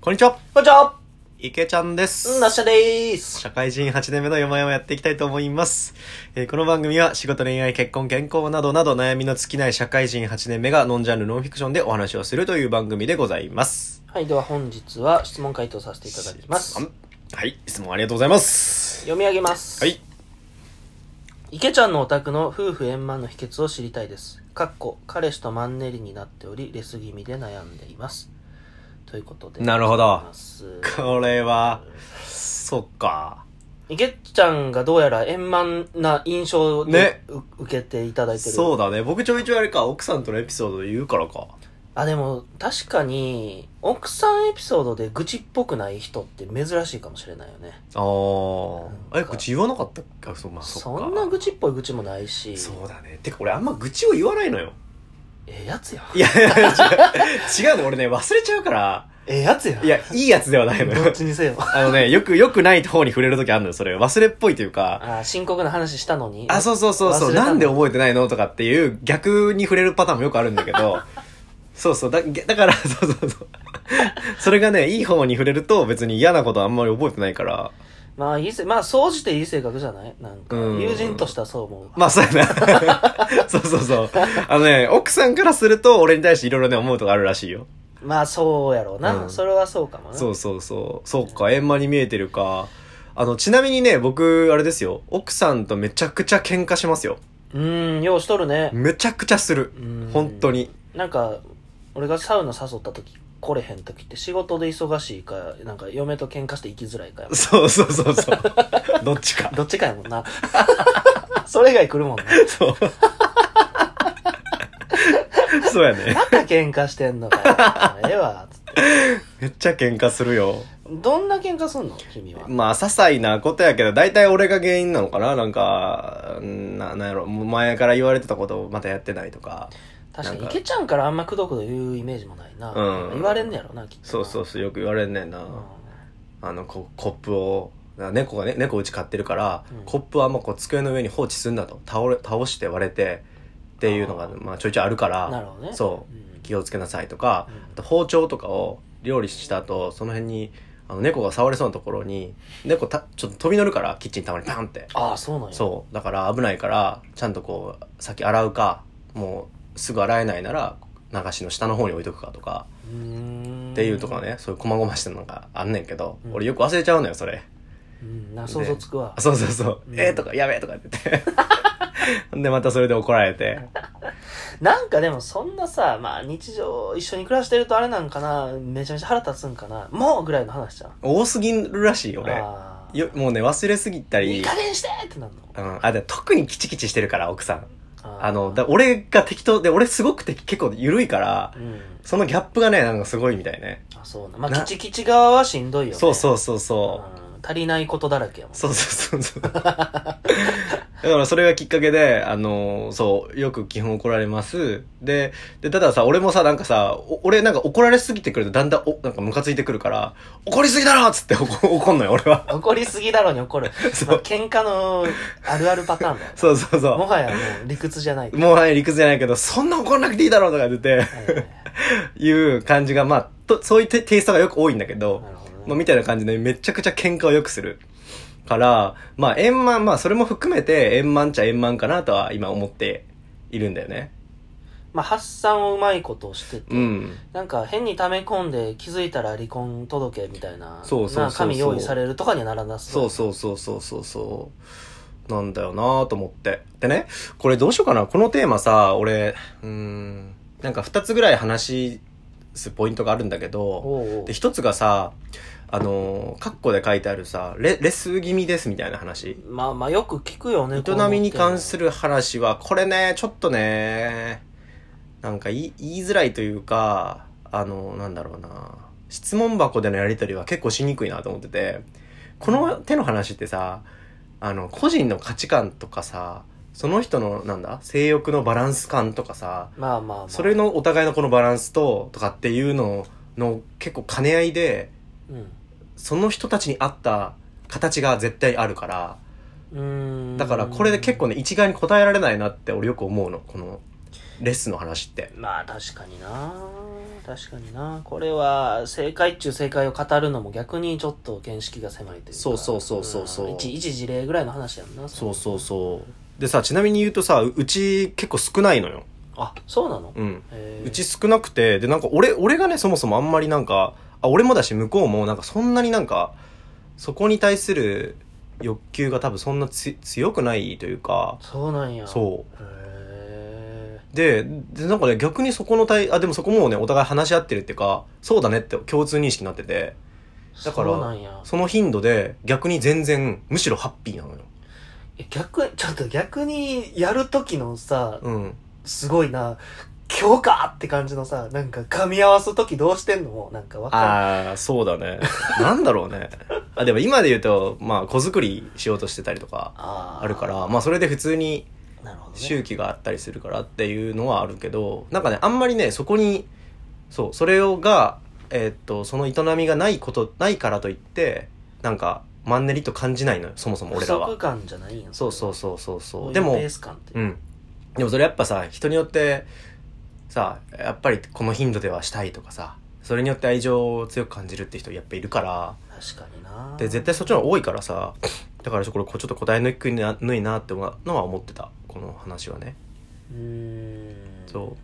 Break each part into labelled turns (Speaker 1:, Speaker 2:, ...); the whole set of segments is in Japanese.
Speaker 1: こんにちは
Speaker 2: こんにちは
Speaker 1: 池ちゃんです。
Speaker 2: うんなっしゃでーす
Speaker 1: 社会人8年目のよもやまやっていきたいと思います。えーこの番組は仕事、恋愛、結婚、健康などなど悩みの尽きない社会人8年目がノンジャンルノンフィクションでお話をするという番組でございます。
Speaker 2: はい、では本日は質問回答させていただきます。
Speaker 1: はい、質問ありがとうございます。
Speaker 2: 読み上げます。
Speaker 1: はい。。
Speaker 2: 池ちゃんのお宅の夫婦円満の秘訣を知りたいです。かっこ、彼氏とマンネリになっており、レス気味で悩んでいます。ということで。
Speaker 1: なるほど
Speaker 2: ございます
Speaker 1: これは、そっか。
Speaker 2: 池ちゃんがどうやら円満な印象を
Speaker 1: ね
Speaker 2: 受けていただいてる。
Speaker 1: そうだね。僕ちょいちょいあれか、奥さんとのエピソードで言うからか。
Speaker 2: あ、でも、確かに、奥さんエピソードで愚痴っぽくない人って珍しいかもしれないよね。
Speaker 1: あー。あ
Speaker 2: なん
Speaker 1: れ、
Speaker 2: か
Speaker 1: 口言わなかったっけあそう、まあ、そっ
Speaker 2: そ
Speaker 1: か。
Speaker 2: んな愚痴っぽい愚痴もないし。
Speaker 1: そうだね。てか、俺あんま愚痴を言わないのよ。
Speaker 2: ええやつやん。
Speaker 1: いや、いや違う。違うの、俺ね、忘れちゃうから。
Speaker 2: ええやつやん。
Speaker 1: いや、いいやつではないの
Speaker 2: どっ
Speaker 1: よ。
Speaker 2: ちに せよ。
Speaker 1: あのね、よく、よくない方に触れる時あるのよ、それ。忘れっぽいというか。
Speaker 2: ああ、深刻な話したのに。
Speaker 1: あ、そうそうそうそ
Speaker 2: 忘
Speaker 1: う。
Speaker 2: れた
Speaker 1: なんで覚えてないのとかっていう、逆に触れるパターンもよくあるんだけど。そうそう。だ、だから、 そうそうそう。それがね、いい方に触れると別に嫌なことあんまり覚えてないから。
Speaker 2: まあ、いいせ、まあ、そうしていい性格じゃないなんか、
Speaker 1: うん
Speaker 2: 友人としてはそう思う。
Speaker 1: まあ、そうや な。そうそうそう。あのね、奥さんからすると俺に対していろいろね、思うとかあるらしいよ。
Speaker 2: まあ、そうやろうな。
Speaker 1: うん
Speaker 2: それはそうかもな。
Speaker 1: そうそうそう。そうか、円満に見えてるか。あの、ちなみにね、僕、あれですよ。奥さんとめちゃくちゃ喧嘩しますよ。
Speaker 2: うーん、ようしとるね。
Speaker 1: めちゃくちゃする。
Speaker 2: うん
Speaker 1: 本当。に。
Speaker 2: なんか、俺がサウナ誘った時、来れへん時って仕事で忙しいか、なんか嫁と喧嘩して行きづらいかやもん。
Speaker 1: そうそうそうそう。 どっちか。
Speaker 2: どっちかやもんな。 それ以外来るもんな。
Speaker 1: そう。 そうやね。
Speaker 2: また喧嘩してんのかよ。ええわ。つって
Speaker 1: めっちゃ喧嘩するよ。
Speaker 2: どんな喧嘩すんの君は。
Speaker 1: まあ、些細なことやけど、大体俺が原因なのかななんか、な、なんやろ、前から言われてたことをまたやってないとか。
Speaker 2: 確かに
Speaker 1: なんか
Speaker 2: 池ちゃんからあんまくどくど言うイメージもないな、
Speaker 1: うん
Speaker 2: 言われんねやろなきっとな
Speaker 1: そうそうそう、よく言われんねんな。
Speaker 2: うん
Speaker 1: あのこコップをな猫がね猫うち飼ってるから、
Speaker 2: うん
Speaker 1: コップはもうこう机の上に放置すんなと倒れ倒して割れてっていうのが
Speaker 2: あー
Speaker 1: まあ、ちょいちょいあるから
Speaker 2: なるほどね
Speaker 1: そううん気をつけなさいとか、
Speaker 2: うん
Speaker 1: あと包丁とかを料理した後その辺にあの猫が触れそうなところに猫たちょっと飛び乗るからキッチンたまにパンって
Speaker 2: ああそうなんや
Speaker 1: そうだから危ないからちゃんとこう先洗うかもうすぐ洗えないなら流しの下の方に置いとくかとか
Speaker 2: うーん
Speaker 1: っていうとかね、そういう細々したのがあんねんけど、
Speaker 2: うん
Speaker 1: 俺よく忘れちゃうのよそれ。
Speaker 2: うんな想像つくわ
Speaker 1: あそうそうそう。
Speaker 2: うん
Speaker 1: えーとか、やべえとかって言って。 ほんで、またそれで怒られて。
Speaker 2: なんかでもそんなさまあ日常一緒に暮らしてるとあれなんかなめちゃめちゃ腹立つんかなもうぐらいの話じゃん
Speaker 1: 多すぎるらしいよ、俺。
Speaker 2: ああ
Speaker 1: よもうね、忘れすぎた
Speaker 2: いい
Speaker 1: り。
Speaker 2: 加減してってなるの
Speaker 1: うん、あ、で、特にキチキチしてるから、奥さん。
Speaker 2: あー
Speaker 1: あの、だ俺が適当で、俺すごくて結構緩いから
Speaker 2: う、ん
Speaker 1: そのギャップがね、なんかすごいみたいね。
Speaker 2: あそうなまあ
Speaker 1: な
Speaker 2: キチキチ側はしんどいよね
Speaker 1: そうそううそうそう。
Speaker 2: ん足りないことだらけやもん
Speaker 1: そうそうそうそう。だからそれがきっかけで、あのそう、よく基本怒られます。で、で、たださ、俺もさ、なんかさ、お俺なんか怒られすぎてくるとだんだん、お、なんかムカついてくるから、怒りすぎだろっつって怒怒んのよ、俺は。
Speaker 2: 怒りすぎだろに 怒る、まあ、喧嘩のあるあるパターンだよね
Speaker 1: そうそう
Speaker 2: も
Speaker 1: そ
Speaker 2: はやもう理屈じゃない。
Speaker 1: う。もうね、理屈じゃないけど、そんな怒んなくていいだろうとか言って
Speaker 2: はいはいはい
Speaker 1: て、いう感じが、まあ、と、そういうテテイストがよく多いんだけど
Speaker 2: な、るほどね
Speaker 1: まあ、みたいな感じでめちゃくちゃ喧嘩をよくする。から、まあ、円満、まあ、それも含めて円満っちゃ円満かなとは今思っているんだよね。
Speaker 2: まあ、発散をうまいことをしてて、
Speaker 1: うん。
Speaker 2: なんか変に溜め込んで気づいたら離婚届みたいな、
Speaker 1: そうそうそうそう
Speaker 2: な紙用意されるとかにはならな
Speaker 1: そう
Speaker 2: う。
Speaker 1: そうそうそうそうそう。なんだよなと思って。でね、これどうしようかな。このテーマさ、俺、うーん、なんか二つぐらい話すポイントがあるんだけど、
Speaker 2: おうおう
Speaker 1: で、一つがさ、あのー、カッコで書いてあるさ、レ、レス気味ですみたいな話。
Speaker 2: まあまあよく聞くよね、
Speaker 1: 営みに関す
Speaker 2: る。
Speaker 1: る話は、これね、ちょっとね、なんか言い言いづらいというか、あの、なんだろうな、質問箱でのやりとりは結構しにくいなと思ってて、この手の話ってさ、あの、個人の価値観とかさ、その人の、なんだ、性欲のバランス感とかさ、
Speaker 2: まあまあまあ。
Speaker 1: それのお互いのこのバランスと、とかっていうのの結構兼ね合いで、
Speaker 2: うん。
Speaker 1: その人たちに合った形が絶対あるから、
Speaker 2: うーん。
Speaker 1: だからこれで結構ね、一概に答えられないなって俺よく思うの。この、レッスンの話って。
Speaker 2: まあ確かにな確かになこれは正解っちゅう正解を語るのも逆にちょっと見識が狭いというか
Speaker 1: そうそうそうそうそうん
Speaker 2: 一一事例ぐらいの話やんな
Speaker 1: そうそうそうでさちなみに言うとさううち結構少ないのよ
Speaker 2: あそうなの、
Speaker 1: うん
Speaker 2: へー
Speaker 1: うち少なくてでなんか俺俺がねそもそもあんまりなんかあ俺もだし向こうもなんかそんなになんかそこに対する欲求が多分そんなつ強くないというか
Speaker 2: そうなんやう
Speaker 1: そう
Speaker 2: へ
Speaker 1: ででなんかね逆にそこの対あでもそこもうねお互い話し合ってるっていうかそうだねって共通認識になってて
Speaker 2: え
Speaker 1: だから
Speaker 2: そうなんや
Speaker 1: その頻度で逆に全然むしろハッピーなのよ
Speaker 2: え逆ちょっと逆にやる時のさ
Speaker 1: うん
Speaker 2: すごいな今日かって感じのさなんか噛み合わす時どうしてんのもうなんかわか
Speaker 1: ああそうだねなんだろうねあでも今で言うとまあ子作りしようとしてたりとか
Speaker 2: あー
Speaker 1: あるからまあそれで普通に
Speaker 2: なるほど、ね、
Speaker 1: 周期があったりするからっていうのはあるけどなんかねあんまりねそこにそうそれをが、えーっとその営みがないことないからといってなんかマンネリと感じないのよそもそも俺ら
Speaker 2: 不足
Speaker 1: は
Speaker 2: 感じゃないんや
Speaker 1: そうそうそうそうそううでも
Speaker 2: ペース感って、
Speaker 1: うんでもそれやっぱさ人によってさやっぱりこの頻度ではしたいとかさそれによって愛情を強く感じるって人やっぱいるから
Speaker 2: 確かにな
Speaker 1: で絶対そっちの方が多いからさだからこれこうちょっと答えにくいなぬいなって思うのは思ってたこの話はね
Speaker 2: うーん
Speaker 1: そ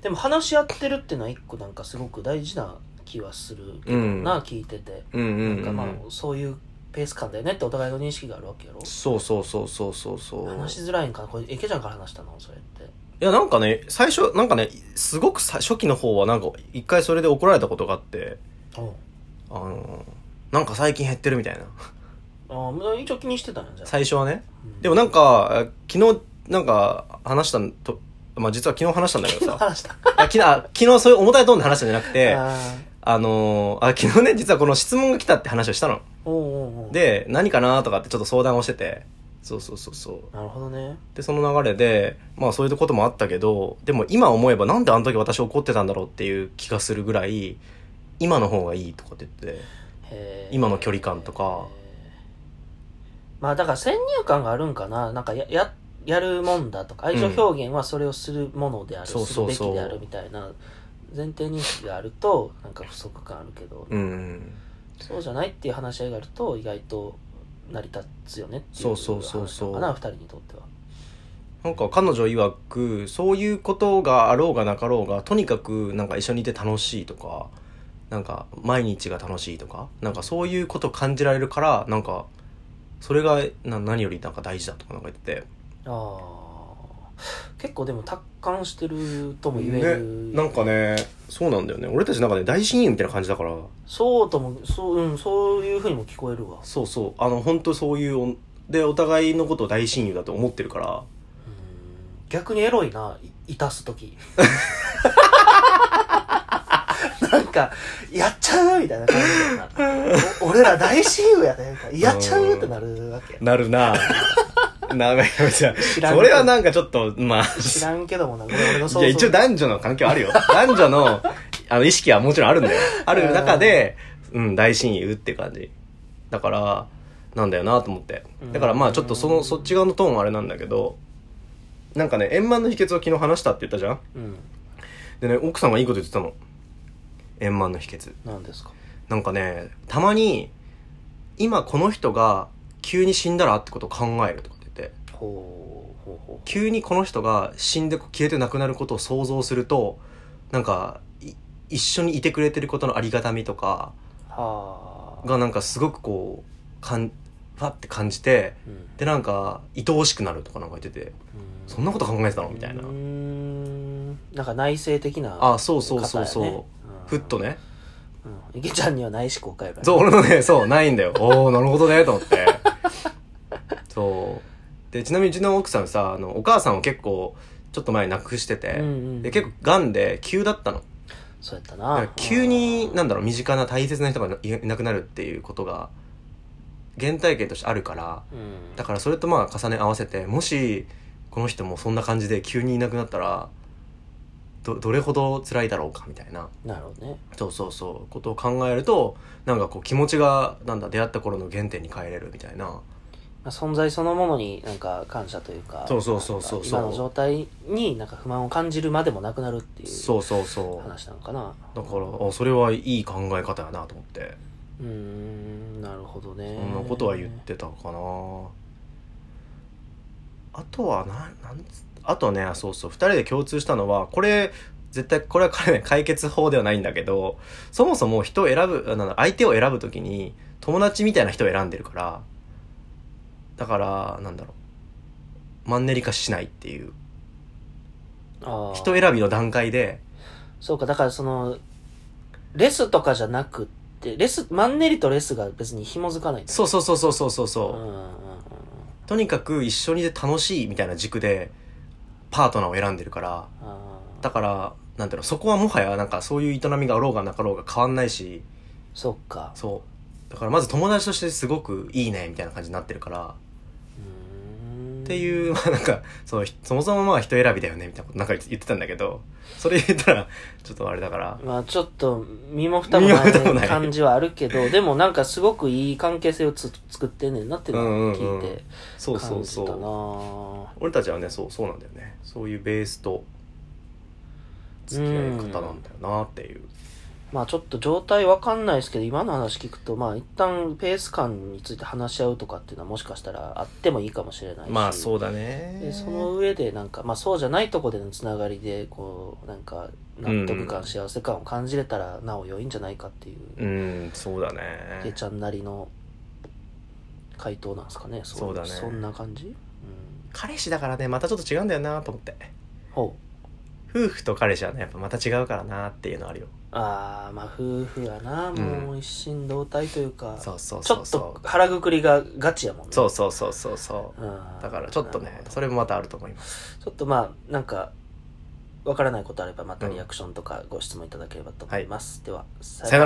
Speaker 1: う
Speaker 2: でも話し合ってるっていうのは一個なんかすごく大事な気はするけどな、
Speaker 1: うん
Speaker 2: 聞いてて
Speaker 1: うんうん
Speaker 2: な
Speaker 1: うんん
Speaker 2: かまあそういうペース感だよねってお互いの認識があるわけやろ
Speaker 1: そうそうそうそうそうそう
Speaker 2: 話しづらいんかなこれ池ちゃんから話したのそれって
Speaker 1: いやなんかね最初なんかねすごくさ初期の方はなんか一回それで怒られたことがあって
Speaker 2: お
Speaker 1: あのなんか最近減ってるみたいな
Speaker 2: ああ一応気にしてたんやじゃあ、
Speaker 1: 最初はね
Speaker 2: うん
Speaker 1: でもなんかえ昨日なんか話したんとまあ実は昨日話したんだけどさ
Speaker 2: 話した
Speaker 1: あ昨日あ昨日そういう重たいトーンで話したんじゃなくてあ
Speaker 2: あ
Speaker 1: のあ昨日ね実はこの質問が来たって話をしたの
Speaker 2: ーおうおうおう
Speaker 1: で何かなとかってちょっと相談をしててそうそうそうそう
Speaker 2: なるほどね
Speaker 1: でその流れでまあそういうこともあったけどでも今思えばなんであの時私怒ってたんだろうっていう気がするぐらい今の方がいいとかって言って
Speaker 2: へー
Speaker 1: 今の距離感とか
Speaker 2: まあだから先入観があるんかななんかやややるもんだとか愛情表現はそれをするものである、
Speaker 1: そうそうそう
Speaker 2: するべきであるみたいな前提認識があるとなんか不足感あるけど、
Speaker 1: うん
Speaker 2: そうじゃないっていう話し合いがあると意外と成り立つよねっていう
Speaker 1: そうそうそうそう
Speaker 2: 話なのかな二人にとっては
Speaker 1: なんか彼女曰くそういうことがあろうがなかろうがとにかくなんか一緒にいて楽しいとかなんか毎日が楽しいとかなんかそういうことを感じられるからなんかそれがな何よりなんか大事だとかなんか言ってて
Speaker 2: ああ結構でも達観してるとも言える、
Speaker 1: ねなんかねそうなんだよね俺たちなんかね大親友みたいな感じだから
Speaker 2: そうともそう,、うん、そういうふうにも聞こえるわ
Speaker 1: そうそうあの本当そういうおでお互いのことを大親友だと思ってるから
Speaker 2: うん逆にエロいないいた す時なんかやっちゃうみたいな感じだよなお俺ら大親友やねやっちゃうってなるわけ
Speaker 1: なるな なめちゃん
Speaker 2: らんけど
Speaker 1: それはなんかちょっとまあ
Speaker 2: 知らんけどもなこれ俺の
Speaker 1: い
Speaker 2: 想
Speaker 1: や一
Speaker 2: 像
Speaker 1: 応男女の関係はある よ男女のあの意識はもちろんあるんだよある中でうん大親友って感じだからなんだよなと思ってだからまあちょっとそのそっち側のトーンはあれなんだけどなんかね円満の秘訣を昨日話したって言ったじゃん
Speaker 2: うん
Speaker 1: でね奥さんがいいこと言ってたの円満の秘訣
Speaker 2: 何ですか
Speaker 1: なんかね、たまに、今この人が急に死んだらってことを考えるとかって言って、
Speaker 2: ほうほうほう
Speaker 1: 急にこの人が死んで消えてなくなることを想像すると、なんか、い一緒にいてくれてることのありがたみとか
Speaker 2: はあ
Speaker 1: がなんかすごくこう、かん、パって感じて、
Speaker 2: うん
Speaker 1: でなんか、愛おしくなるとかなんか言ってて、そんなこと考えてたのみたいな
Speaker 2: うー。んなんか内省的な
Speaker 1: あ、そうそうそうそう。
Speaker 2: 方やねうん
Speaker 1: ふっとね。
Speaker 2: うん池ちゃんには内視鏡かえば
Speaker 1: そう、俺のね、そう、ないんだよ。おー、なるほどね、と思って。そう。で、ちなみにうちの奥さんさ、あの、お母さんを結構、ちょっと前に亡くしてて、
Speaker 2: うんうん
Speaker 1: で、結構、癌で急だったの。
Speaker 2: そうやった
Speaker 1: だか
Speaker 2: な
Speaker 1: ら急に、なんだろう、身近な大切な人がいいなくなるっていうことが、原体験としてあるから、
Speaker 2: うん
Speaker 1: だからそれとまあ重ね合わせて、もし、この人もそんな感じで急にいなくなったら、ど、どれほど辛いだろうか、みたいな。
Speaker 2: なるほどね
Speaker 1: そうそうそうことを考えるとなんかこう気持ちがなんだ出会った頃の原点に帰れるみたいない
Speaker 2: まあ、存在そのものになんか感謝というか
Speaker 1: そうそうそうそうそう
Speaker 2: なんか今の状態になんか不満を感じるまでもなくなるっていう
Speaker 1: そうそうそう
Speaker 2: 話なのかな
Speaker 1: だからあそれはいい考え方やなと思って
Speaker 2: うーんなるほどね
Speaker 1: そんなことは言ってたかなあとはななんつあとねそうそう2人で共通したのはこれ絶対これは彼ね 解決法ではないんだけどそもそも人を選ぶあなんだ相手を選ぶ時に友達みたいな人を選んでるからだからなんだろうマンネリ化しないっていう
Speaker 2: ああ
Speaker 1: 人選びの段階で
Speaker 2: そうかだからそのレスとかじゃなくってレスマンネリとレスが別に紐づかないんだ
Speaker 1: そうそうそうそうそうそうそう
Speaker 2: うんうんうんうん
Speaker 1: とにかく一緒にで楽しいみたいな軸でパートナーを選んでるから
Speaker 2: あ
Speaker 1: だ
Speaker 2: あ
Speaker 1: からなんていうのそこはもはやなんかそういう営みがあろうがなかろうが変わんないし
Speaker 2: そっか
Speaker 1: そうだからまず友達としてすごくいいねみたいな感じになってるから、
Speaker 2: うーん
Speaker 1: っていうまあなんかそのそもそもまあ人選びだよねみたいなことなんか言ってたんだけどそれ言ったらちょっとあれだから
Speaker 2: まあちょっと身も蓋も
Speaker 1: 身も蓋も
Speaker 2: な
Speaker 1: ない
Speaker 2: い感じはあるけどでもなんかすごくいい関係性をつ作ってんねんなっていうのを聞い
Speaker 1: うんうんうん
Speaker 2: て
Speaker 1: そうそ
Speaker 2: 感
Speaker 1: う
Speaker 2: じたな
Speaker 1: そう俺たちはねそうそうなんだよねそういうベースと付き合い方なんだよなっていう
Speaker 2: まあちょっと状態わかんないですけど今の話聞くとまあ一旦ペース感について話し合うとかっていうのはもしかしたらあってもいいかもしれないし
Speaker 1: まあそうだね
Speaker 2: でその上でなんか、まあ、そうじゃないとこでのつながりでこうなんか納得感、
Speaker 1: うん
Speaker 2: 幸せ感を感じれたらなお良いんじゃないかっていう
Speaker 1: うんそうだ
Speaker 2: け
Speaker 1: ね
Speaker 2: ちゃんなりの回答なんですかねそ
Speaker 1: そうだね
Speaker 2: そんな感じ、うん、
Speaker 1: 彼氏だからねまたちょっと違うんだよなと思って
Speaker 2: ほ
Speaker 1: 夫婦と彼氏はねやっぱまた違うからなっていうのあるよ
Speaker 2: うああまあ夫婦やなもう一心同体というか、
Speaker 1: そうそう
Speaker 2: ちょ
Speaker 1: そう
Speaker 2: っ
Speaker 1: そ
Speaker 2: と
Speaker 1: う
Speaker 2: 腹くくりがガチやもんね
Speaker 1: そうそうそうそうそう
Speaker 2: うん、
Speaker 1: だからちょっとね
Speaker 2: なるほど
Speaker 1: それもまたあると思います
Speaker 2: ちょっとまあなんかわからないことあればまたリアクションとかご質問いただければと思います、ではさ
Speaker 1: さよなら